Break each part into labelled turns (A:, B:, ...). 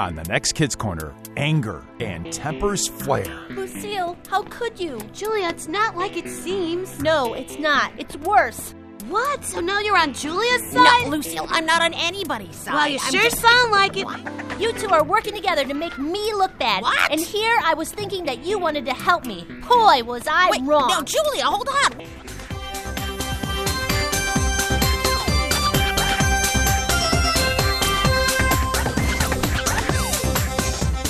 A: On the next Kids Corner, anger and tempers flare.
B: Lucille, how could you?
C: Julia, it's not like it seems.
B: No, it's not. It's worse.
C: What? So now you're on Julia's
B: No,
C: side?
B: Lucille, I'm not on anybody's side.
C: Well, you
B: I'm
C: sure
B: just-
C: sound like it.
B: You two are working together to make me look bad.
D: What?
B: And here I was thinking that you wanted to help me. Boy, was I
D: Wait,
B: wrong.
D: no, Julia, hold on.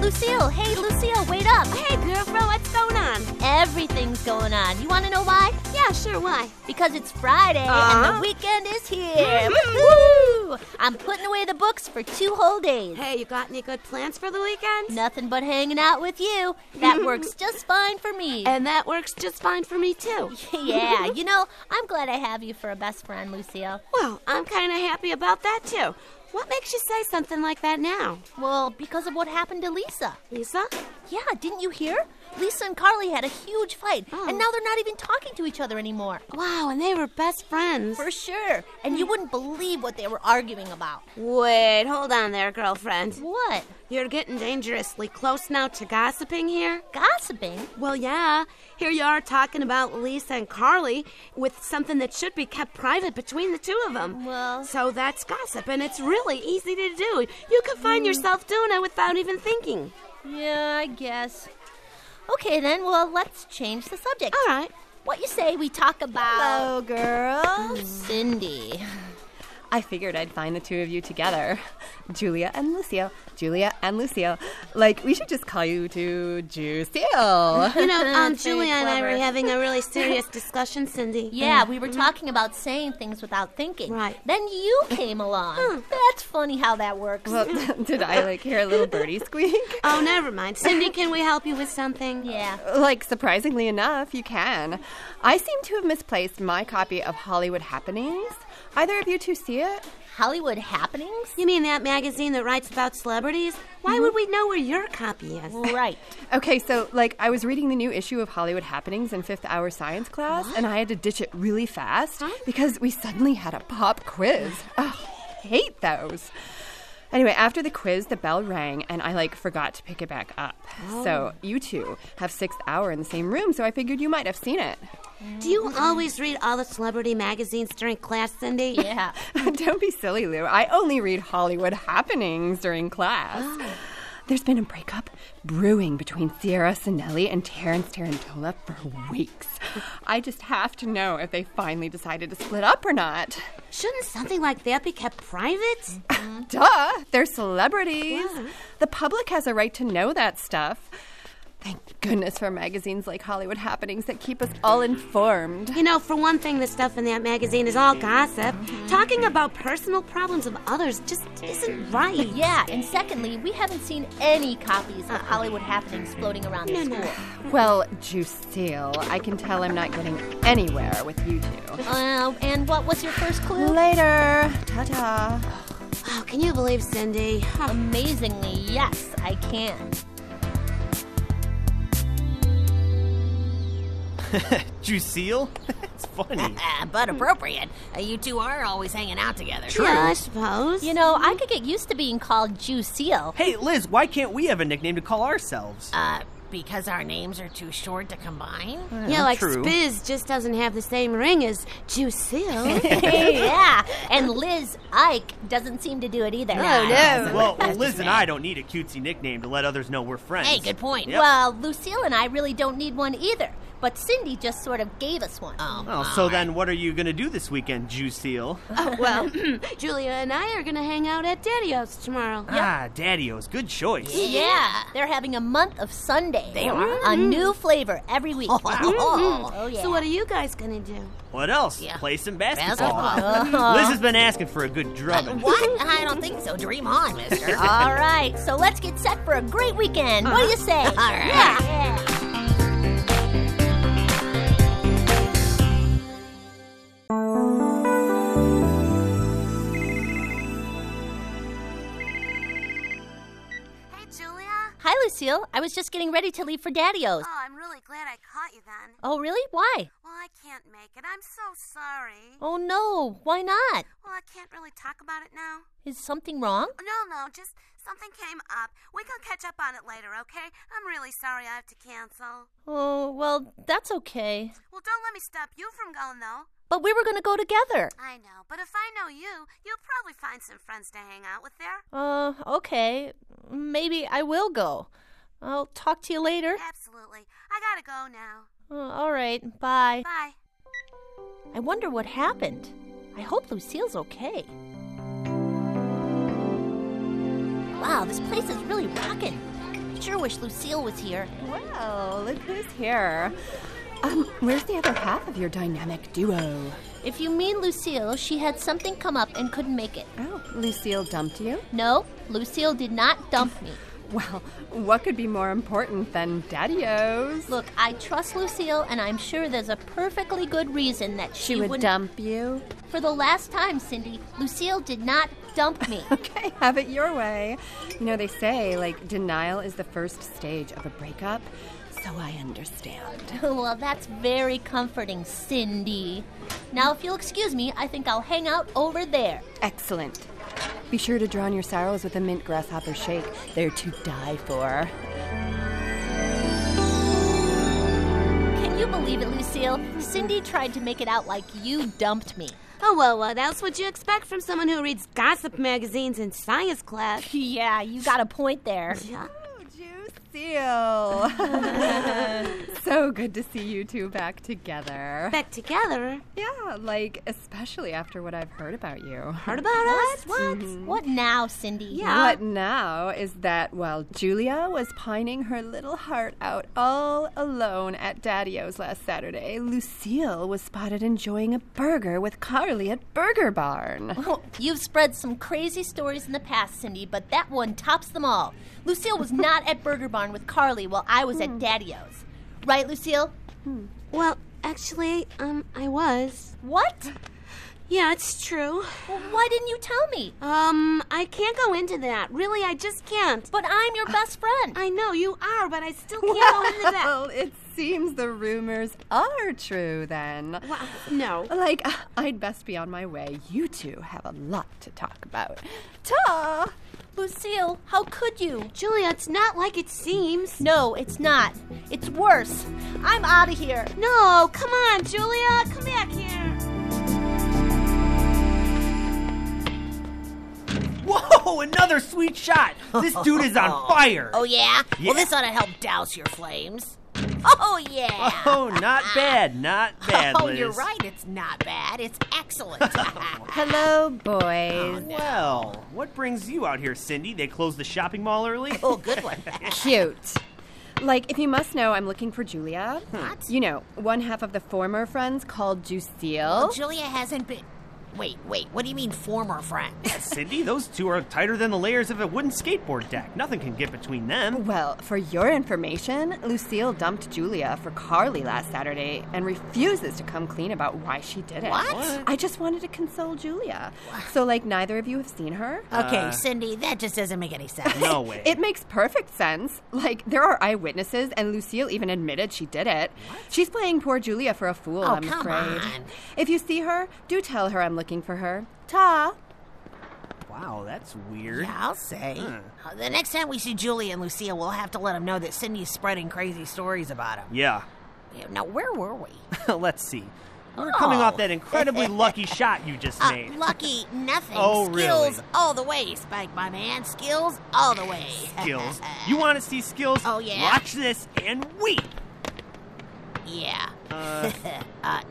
B: Lucille, hey, Lucille, wait up.
C: Hey, girlfriend, what's going on?
B: Everything's going on. You want to know why?
C: Yeah, sure, why?
B: Because it's Friday and the
C: Uh-huh.
B: weekend is here. Woo! I'm putting away the books for two whole days.
C: Hey, you got any good plans for the weekend?
B: Nothing but hanging out with you. That works just fine for me.
C: And that works just fine for me, too.
B: yeah, you know, I'm glad I have you for a best friend, Lucille.
C: Well, I'm kind of happy about that, too. What makes you say something like that now?
B: Well, because of what happened to Lisa.
C: Lisa?
B: Yeah, didn't you hear? Lisa and Carly had a huge fight,
C: Oh.
B: and now they're not even talking to each other anymore.
C: Wow, and they were best friends.
B: For sure. And you wouldn't believe what they were arguing about.
C: Wait, hold on there, girlfriend.
B: What?
C: You're getting dangerously close now to gossiping here.
B: Gossiping?
C: Well, yeah. Here you are talking about Lisa and Carly with something that should be kept private between the two of them.
B: Well-
C: So that's gossip, and it's really easy to do. You could find yourself doing it without even thinking.
B: Yeah, I guess. Okay, then, well, let's change the subject.
C: All right.
B: What you say we talk about. Hmm.
E: Hello, girl.
B: Cindy.
E: I figured I'd find the two of you together. Julia and Lucio. Julia and Lucio. Like, we should just call you two Juiceel.
C: You know, um,
E: That's very
C: Julia and I were
E: clever.
C: having a really serious discussion, Cindy.
B: Yeah, we were talking about saying things without thinking.
C: Right.
B: Then you came along. That's funny how that works.
E: well, did I, like, hear a little birdie squeak?
C: Oh, never mind. Cindy, can we help you with something?
B: yeah.
E: Like, surprisingly enough, you can. I seem to have misplaced my copy of Hollywood Happenings. Either of you two see it?
B: Hollywood happenings?
C: You mean that magazine that writes about celebrities? Why would we know where your copy is?
B: Right.
E: Okay, so like I was reading the new issue of Hollywood Happenings in fifth hour science class, and I had to ditch it really fast because we suddenly had a pop quiz. Oh, hate those. Anyway, after the quiz, the bell rang, and I like forgot to pick it back up. So you two have sixth hour in the same room, so I figured you might have seen it.
C: Do you always read all the celebrity magazines during class, Cindy?
B: Yeah.
E: Don't be silly, Lou. I only read Hollywood happenings during class. There's been a breakup brewing between Sierra Sinelli and Terrence Tarantola for weeks. I just have to know if they finally decided to split up or not.
C: Shouldn't something like that be kept private?
E: Mm-hmm. Duh, they're celebrities. The public has a right to know that stuff. Thank goodness for magazines like Hollywood Happenings that keep us all informed.
C: You know, for one thing, the stuff in that magazine is all gossip. Talking about personal problems of others just isn't right.
B: Yeah, and secondly, we haven't seen any copies of Hollywood happenings floating around the school.
E: Well, Juiceel, I can tell I'm not getting anywhere with you two.
B: Uh, and what was your first clue?
E: Later. Ta ta.
C: Oh, can you believe Cindy? Huh.
B: Amazingly, yes, I can.
F: Juiceel? it's funny.
D: Uh, but appropriate. Uh, you two are always hanging out together.
C: Yeah, I suppose.
B: You know, I could get used to being called Juiceel.
G: Hey, Liz, why can't we have a nickname to call ourselves?
D: Uh, because our names are too short to combine?
G: Hmm.
C: yeah, like
G: true.
C: Spiz just doesn't have the same ring as Juicil.
B: yeah, and Liz Ike doesn't seem to do it either.
D: Oh, no.
G: well, Liz and I don't need a cutesy nickname to let others know we're friends.
D: Hey, good point.
G: Yep.
B: Well, Lucille and I really don't need one either. but Cindy just sort of gave us one.
G: Oh, so then what are you going to do this weekend, Juiceel?
C: Oh, well, Julia and I are going to hang out at Daddy-O's tomorrow.
G: Ah, Daddios, good choice.
B: Yeah. They're having a month of Sunday. They are? A new flavor every week. Oh, yeah.
C: So what are you guys going to do?
G: What else? Play some basketball.
B: Basketball.
G: Liz has been asking for a good drubbing.
D: What? I don't think so. Dream on, mister.
B: All right, so let's get set for a great weekend. What do
D: Uh-huh.
B: you say? All right. Yeah.
D: hey, Julia.
B: Hi, Lucille. I was just getting ready to leave for Daddy-O's.
D: Oh, I'm really glad I caught you then.
B: Oh, really? Why?
D: Well, I can't make it. I'm so sorry.
B: Oh, no. Why not?
D: Well, I can't really talk about it now.
B: Is something wrong?
D: No, no, just something came up. We can catch up on it later, okay? I'm really sorry I have to cancel.
B: Oh, well, that's okay.
D: Well, don't let me stop you from going, though.
B: But we were going to go together.
D: I know, but if I know you, you'll probably find some friends to hang out with there.
B: Uh, okay. Maybe I will go. I'll talk to you later.
D: Absolutely. I gotta go now.
B: Uh, all right. Bye.
D: Bye.
B: I wonder what happened. I hope Lucille's okay. Wow, this place is really rocking. Sure wish Lucille was here.
E: Well, look who's here. Um, where's the other half of your dynamic duo?
B: If you mean Lucille, she had something come up and couldn't make it.
E: Oh, Lucille dumped you?
B: No, Lucille did not dump me.
E: Well, what could be more important than daddy-o's?
B: Look, I trust Lucille, and I'm sure there's a perfectly good reason that she, wouldn't-
E: dump you.
B: For the last time, Cindy, Lucille did not dump me.
E: Okay, have it your way. You know, they say, like, denial is the first stage of a breakup, so I understand.
B: well, that's very comforting, Cindy. Now, if you'll excuse me, I think I'll hang out over there.
E: Excellent. Be sure to drown your sorrows with a mint grasshopper shake. They're to die for.
B: Can you believe it, Lucille? Cindy tried to make it out like you dumped me.
C: Oh, well, what else would you expect from someone who reads gossip magazines in science class?
B: Yeah, you got a point there.
E: so good to see you two back together.
C: Back together.
E: Yeah, like, especially after what I've heard about you.
C: Heard about us?
B: What? What now, Cindy?
E: What now is that while Julia was pining her little heart out all alone at Daddy-O's last Saturday, Lucille was spotted enjoying a burger with Carly at Burger Barn.
B: Oh, You've spread some crazy stories in the past, Cindy, but that one tops them all. Lucille was not at Burger Barn with Carly while I was at Daddy-O's. Right, Lucille?
C: Well, actually, um, I was.
B: What?
C: Yeah, it's true.
B: Well, why didn't you tell me?
C: Um, I can't go into that. Really, I just can't.
B: But I'm your best friend.
C: I know you are, but I still can't go into that.
E: Well, it seems the rumors are true then.
C: Well, no.
E: Like, I'd best be on my way. You two have a lot to talk about. Ta!
B: Lucille, how could you?
C: Julia, it's not like it seems.
B: No, it's not. It's worse. I'm out of here.
C: No, come on, Julia, come back here.
G: Whoa, another sweet shot. This dude is on fire.
D: Oh, yeah?
G: Yeah.
D: Well, this ought to help douse your flames. Oh, yeah.
G: Oh, not bad, not bad,
D: oh,
G: Liz.
D: you're right. It's not bad. It's excellent.
E: Hello, boys.
G: Well, what brings you out here, Cindy? They closed the shopping mall early?
D: oh, good one.
E: Cute. Like, if you must know, I'm looking for Julia.
D: Hmm. What?
E: You know, one half of the former friends called Jucille.
D: Oh, Julia hasn't been. Wait, wait. What do you mean, former friend?
G: Cindy, those two are tighter than the layers of a wooden skateboard deck. Nothing can get between them.
E: Well, for your information, Lucille dumped Julia for Carly last Saturday and refuses to come clean about why she did it.
D: What? What?
E: I just wanted to console Julia. So, like, neither of you have seen her?
D: Okay, Cindy, that just doesn't make any sense.
G: No way.
E: It makes perfect sense. Like, there are eyewitnesses, and Lucille even admitted she did it. She's playing poor Julia for a fool,
D: Oh,
E: I'm
D: come
E: afraid.
D: on.
E: If you see her, do tell her I'm looking for her. Ta!
G: Wow, that's weird.
D: Yeah, I'll say.
G: Hmm.
D: Uh, The next time we see Julie and Lucia, we'll have to let them know that Cindy's spreading crazy stories about him.
G: Yeah.
D: Now, where were we?
G: Let's see. We're coming
D: Oh.
G: off that incredibly lucky shot you just
D: Uh,
G: made.
D: lucky nothing.
G: Oh,
D: Skills
G: really?
D: all the way, Spike, my man. Skills all the way.
G: skills. You want to see skills?
D: Oh, yeah.
G: Watch this and we.
D: Yeah. Uh,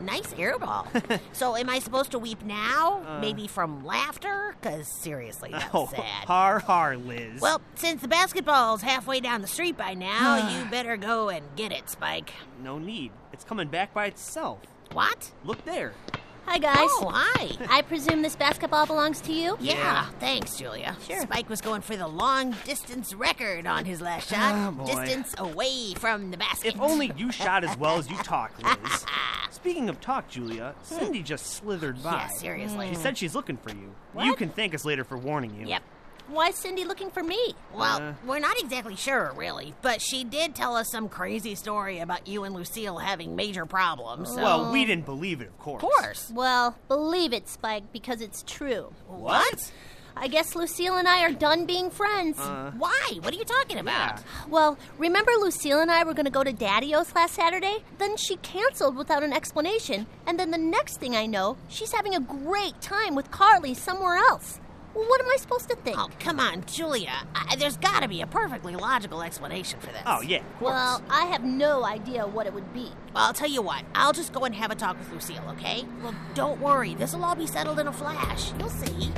D: nice airball. so, am I supposed to weep now? Maybe from laughter? Because, seriously, that's
G: Uh. Oh,
D: sad.
G: har har, Liz.
D: Well, since the basketball's halfway down the street by now, you better go and get it, Spike.
G: no need. It's coming back by itself.
D: What?
G: Look there.
B: Hi, guys.
D: Oh, hi.
B: I presume this basketball belongs to you?
D: Yeah, thanks, Julia.
B: Sure.
D: Spike was going for the long distance record on his last shot.
G: Ah, boy.
D: distance away from the basket.
G: If only you shot as well as you talk, Liz. Speaking of talk, Julia, Cindy just slithered by.
D: Yeah, seriously.
G: She said she's looking for you. You can thank us later for warning you.
D: Yep.
B: Why's Cindy looking for me?
D: Well,
G: Uh.
D: we're not exactly sure, really, but she did tell us some crazy story about you and Lucille having major problems. So.
G: Well, we didn't believe it, of course.
D: of course.
B: Well, believe it, Spike, because it's true.
D: What?
B: I guess Lucille and I are done being friends.
D: Uh, Why? What are you talking about?
B: Well, remember Lucille and I were going to go to Daddy O's last Saturday? Then she canceled without an explanation, and then the next thing I know, she's having a great time with Carly somewhere else. Well, what am I supposed to think?
D: Oh, come on, Julia. I, there's got to be a perfectly logical explanation for this.
G: Oh, yeah, of course.
B: well, I have no idea what it would be.
D: Well, I'll tell you what. I'll just go and have a talk with Lucille, okay? Well, don't worry. This'll all be settled in a flash. You'll see.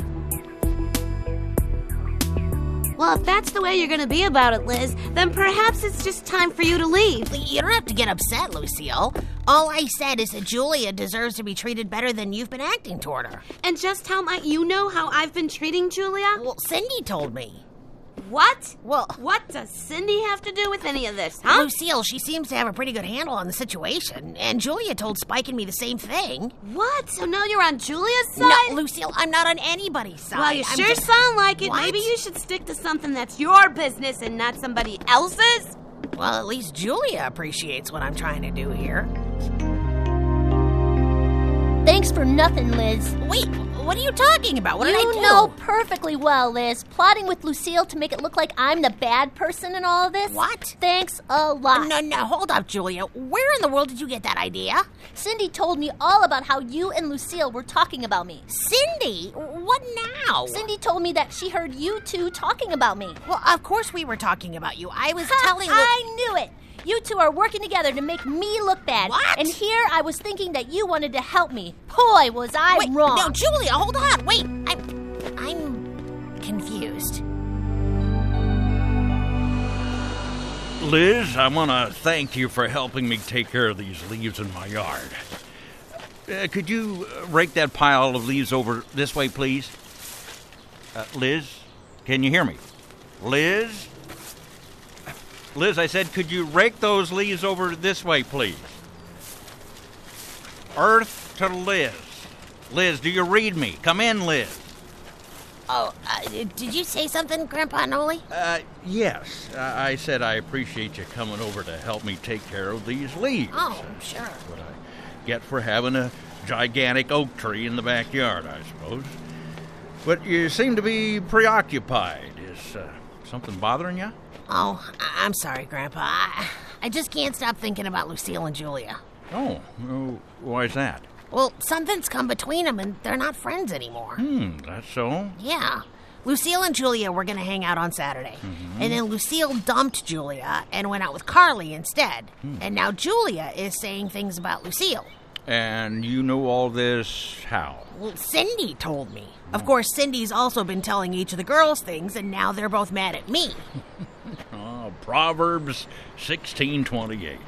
C: Well, if that's the way you're going to be about it, Liz, then perhaps it's just time for you to leave.
D: You don't have to get upset, Lucille. All I said is that Julia deserves to be treated better than you've been acting toward her.
C: And just how might you know how I've been treating Julia?
D: Well, Cindy told me.
C: What?
D: Well-
C: what does Cindy have to do with any of this, huh?
D: Lucille, she seems to have a pretty good handle on the situation, and Julia told Spike and me the same thing.
C: What? So now you're on Julia's
D: No,
C: side?
D: Lucille, I'm not on anybody's side.
C: well, you
D: I'm
C: sure
D: just-
C: sound like it.
D: What?
C: Maybe you should stick to something that's your business and not somebody else's.
D: Well, at least Julia appreciates what I'm trying to do here.
B: Thanks for nothing, Liz.
D: Wait, what are you talking about? What
B: you
D: did I do?
B: know perfectly well, Liz, plotting with Lucille to make it look like I'm the bad person in all of this.
D: What?
B: Thanks a lot.
D: No, no, hold up, Julia. Where in the world did you get that idea?
B: Cindy told me all about how you and Lucille were talking about me.
D: Cindy, what now?
B: Cindy told me that she heard you two talking about me.
D: Well, of course we were talking about you. I was
B: Ha,
D: telling.
B: I knew it. You two are working together to make me look bad.
D: What?
B: And here I was thinking that you wanted to help me. Boy, was I
D: Wait,
B: wrong.
D: No, Julia, hold on. Wait, I'm, I'm confused.
H: Liz, I want to thank you for helping me take care of these leaves in my yard. Uh, could you uh, rake that pile of leaves over this way, please? Uh, Liz, can you hear me? Liz? Liz, I said, could you rake those leaves over this way, please? Earth to Liz. Liz, do you read me? Come in, Liz.
D: Oh, uh, did you say something, Grandpa Noli?
H: Uh, yes, I I said I appreciate you coming over to help me take care of these leaves.
D: Oh, sure.
H: what I get for having a gigantic oak tree in the backyard, I suppose. But you seem to be preoccupied. Is uh, something bothering you?
D: Oh, I- I'm sorry, Grandpa. I, I just can't stop thinking about Lucille and Julia.
H: Oh, oh why's that?
D: Well, something's come between them, and they're not friends anymore.
H: Hmm, that's so.
D: Yeah. Lucille and Julia were going to hang out on Saturday. And then Lucille dumped Julia and went out with Carly instead. And now Julia is saying things about Lucille.
H: And you know all this how?
D: Well, Cindy told me. Of course, Cindy's also been telling each of the girls things, and now they're both mad at me.
H: Oh, Proverbs 1628.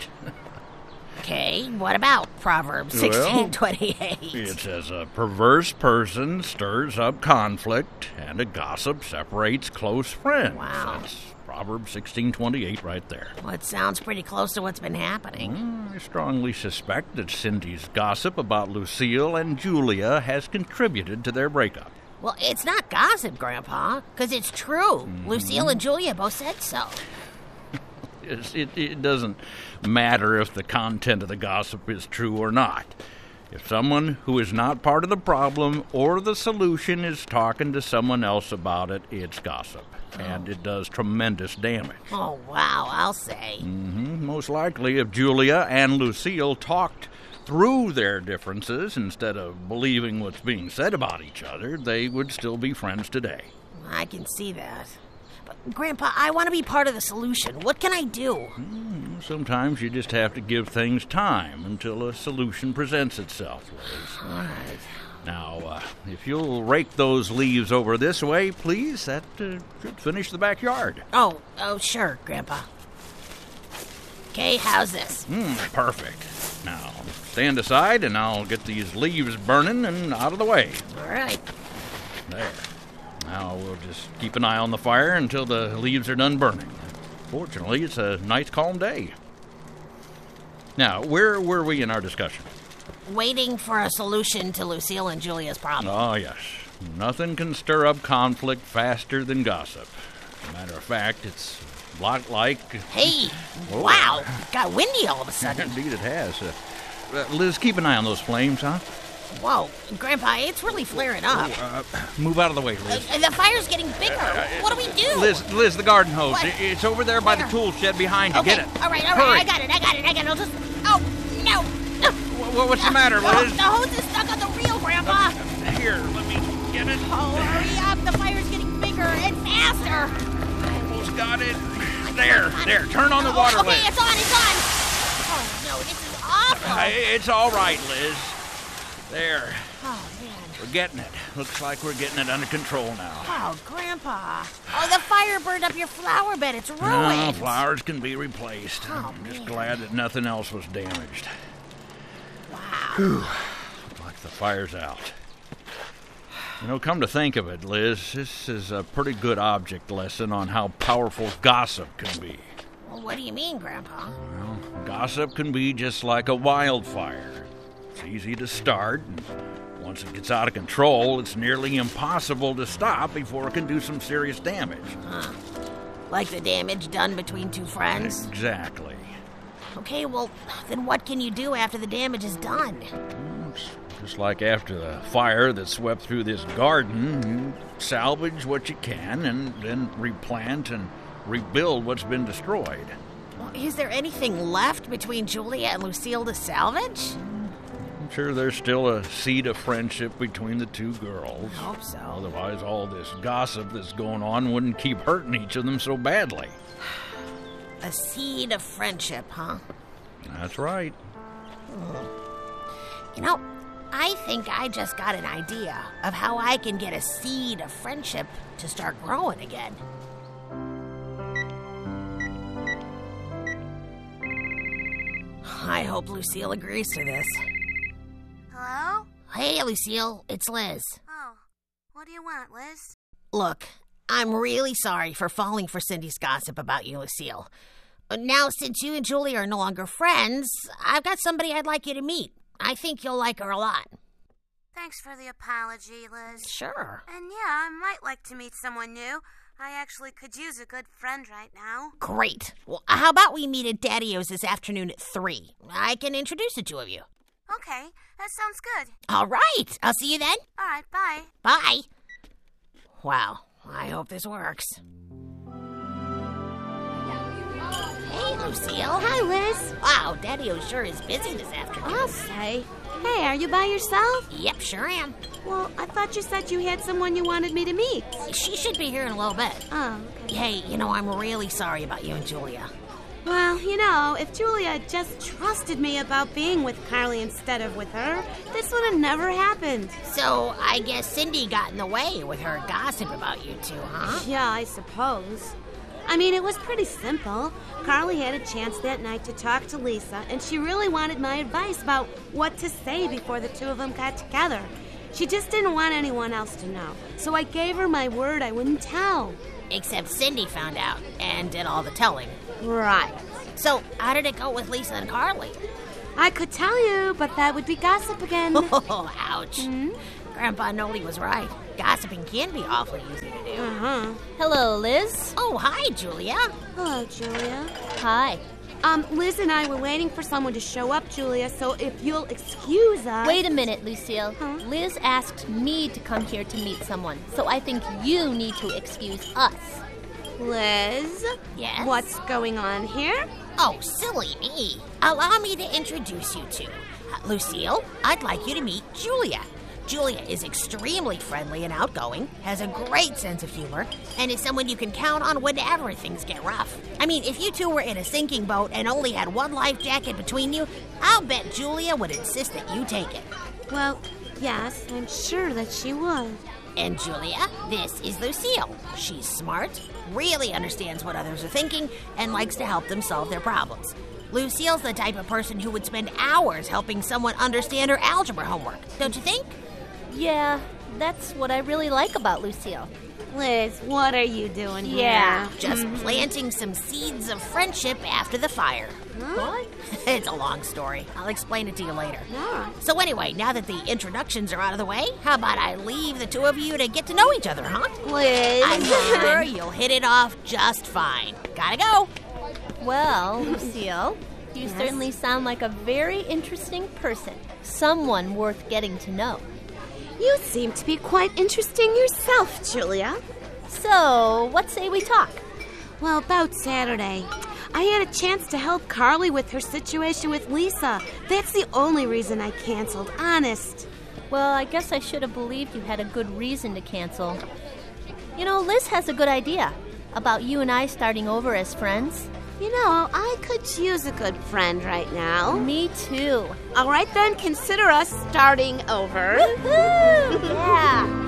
D: Okay, what about Proverbs
H: Well,
D: 1628?
H: It says a perverse person stirs up conflict and a gossip separates close friends.
D: Wow.
H: That's Proverbs 1628 right there.
D: well, it sounds pretty close to what's been happening.
H: I strongly suspect that Cindy's gossip about Lucille and Julia has contributed to their breakup.
D: Well, it's not gossip, Grandpa, because it's true. Lucille and Julia both said so.
H: It's- It, it doesn't matter if the content of the gossip is true or not. If someone who is not part of the problem or the solution is talking to someone else about it, it's gossip. And it does tremendous damage.
D: Oh, wow, I'll say.
H: Most likely, if Julia and Lucille talked through their differences instead of believing what's being said about each other, they would still be friends today.
D: I can see that. But, Grandpa, I want to be part of the solution. What can I do?
H: Sometimes you just have to give things time until a solution presents itself, Liz. All right. Now, uh, if you'll rake those leaves over this way, please, that uh, should finish the backyard.
D: Oh, oh, sure, Grandpa. Okay, how's this?
H: Mm, perfect. Now, stand aside and I'll get these leaves burning and out of the way.
D: All right.
H: There. Now we'll just keep an eye on the fire until the leaves are done burning. Fortunately, it's a nice calm day. Now, where were we in our discussion?
D: Waiting for a solution to Lucille and Julia's problem.
H: Ah, yes. Nothing can stir up conflict faster than gossip. Matter of fact, it's a lot like
D: Hey, wow, got windy all of a sudden.
H: Indeed, it has. Uh, uh, Liz, keep an eye on those flames, huh?
D: Whoa, Grandpa, it's really flaring up.
H: Move out of the way,
D: Uh,
H: Liz.
D: the fire's getting bigger. What do we do?
H: Liz, Liz, the garden hose.
D: What?
H: I- It's over there by the
D: Where?
H: tool shed behind you.
D: okay,
H: Get it.
D: all right, all right,
H: Hurry.
D: I got it, I got it, I got it. I'll just. Oh, no. Ugh.
H: Wha- wha- what's the matter,
D: Oh,
H: Liz?
D: the hose is stuck on the reel, Grandpa.
H: Here, let me get it.
D: Oh, hurry up. The fire's getting bigger and faster.
H: Almost got it. There,
D: Got it.
H: there. Turn on the
D: Oh,
H: water
D: Okay,
H: Liz.
D: it's on, it's on. Oh, no, this is awful.
H: Uh, It's all right, Liz. There.
D: Oh, man.
H: We're getting it. Looks like we're getting it under control now.
D: Oh, Grandpa. Oh, the fire burned up your flower bed. It's
H: Now,
D: ruined.
H: flowers can be replaced.
D: Oh,
H: I'm just
D: man.
H: glad that nothing else was damaged. Wow. Looks like the fire's out. You know, come to think of it, Liz, this is a pretty good object lesson on how powerful gossip can be.
D: Well, what do you mean, Grandpa?
H: Well, gossip can be just like a wildfire. It's easy to start, and once it gets out of control, it's nearly impossible to stop before it can do some serious damage.
D: Like the damage done between two friends?
H: Exactly.
D: Okay, well, then what can you do after the damage is done?
H: Just like after the fire that swept through this garden, you salvage what you can and then replant and rebuild what's been destroyed.
D: Well, is there anything left between Julia and Lucille to salvage?
H: I'm sure there's still a seed of friendship between the two girls.
D: I hope so.
H: Otherwise, all this gossip that's going on wouldn't keep hurting each of them so badly.
D: A seed of friendship, huh?
H: That's right.
D: You know, I think I just got an idea of how I can get a seed of friendship to start growing again. I hope Lucille agrees to this.
I: Hello?
D: Hey, Lucille, it's Liz.
I: Oh, what do you want, Liz?
D: Look, I'm really sorry for falling for Cindy's gossip about you, Lucille. Uh, Now, since you and Julie are no longer friends, I've got somebody I'd like you to meet. I think you'll like her a lot.
I: Thanks for the apology, Liz.
D: Sure.
I: And yeah, I might like to meet someone new. I actually could use a good friend right now.
D: Great. Well, how about we meet at Daddy O's this afternoon at 3? I can introduce the two of you.
I: Okay, that sounds good.
D: All right. I'll see you then.
I: All right, bye.
D: Bye. Wow. I hope this works. Hey,
C: Oh,
D: Lucille.
B: Hi, Liz.
D: Wow, Daddy O sure is busy this afternoon.
C: I'll say. Hey, are you by yourself?
D: Yep, sure am.
C: Well, I thought you said you had someone you wanted me to meet.
D: She should be here in a little bit.
C: Oh, okay.
D: Hey, you know, I'm really sorry about you and Julia.
C: Well, you know, if Julia had just trusted me about being with Carly instead of with her, this would have never happened.
D: So, I guess Cindy got in the way with her gossip about you two, huh?
C: Yeah, I suppose. I mean, it was pretty simple. Carly had a chance that night to talk to Lisa, and she really wanted my advice about what to say before the two of them got together. She just didn't want anyone else to know, so I gave her my word I wouldn't tell.
D: Except Cindy found out and did all the telling.
C: Right.
D: So, how did it go with Lisa and Carly?
C: I could tell you, but that would be gossip again.
D: Oh, ouch.
B: Mm-hmm.
D: Grandpa Noli was right. Gossiping can be awfully easy to do.
C: uh-huh.
B: Mm-hmm. Hello, Liz.
D: Oh, hi, Julia.
C: Hello, Julia.
B: Hi.
C: Um, Liz and I were waiting for someone to show up, Julia, so if you'll excuse us.
B: Wait a minute, Lucille.
C: Huh?
B: Liz asked me to come here to meet someone, so I think you need to excuse us.
C: Liz?
D: Yes?
C: What's going on here?
D: Oh, silly me. Allow me to introduce you two. Uh, Lucille, I'd like you to meet Julia. Julia is extremely friendly and outgoing, has a great sense of humor, and is someone you can count on whenever things get rough. I mean, if you two were in a sinking boat and only had one life jacket between you, I'll bet Julia would insist that you take it.
C: Well, yes, I'm sure that she would.
D: And Julia, this is Lucille. She's smart, really understands what others are thinking, and likes to help them solve their problems. Lucille's the type of person who would spend hours helping someone understand her algebra homework, don't you think?
B: Yeah, that's what I really like about Lucille.
C: Liz, what are you doing here?
B: Yeah.
D: Just planting some seeds of friendship after the fire.
B: What?
D: it's a long story. I'll explain it to you later. So, anyway, now that the introductions are out of the way, how about I leave the two of you to get to know each other, huh?
C: Liz.
D: I'm sure you'll hit it off just fine. Gotta go.
B: Well, Lucille, you certainly sound like a very interesting person. Someone worth getting to know.
C: You seem to be quite interesting yourself, Julia.
B: So, what say we talk?
C: Well, about Saturday. I had a chance to help Carly with her situation with Lisa. That's the only reason I canceled, honest.
B: Well, I guess I should have believed you had a good reason to cancel. You know, Liz has a good idea about you and I starting over as friends.
C: You know, I could use a good friend right now.
B: Me too.
C: All right, then, consider us starting over.
B: Woo! Yeah.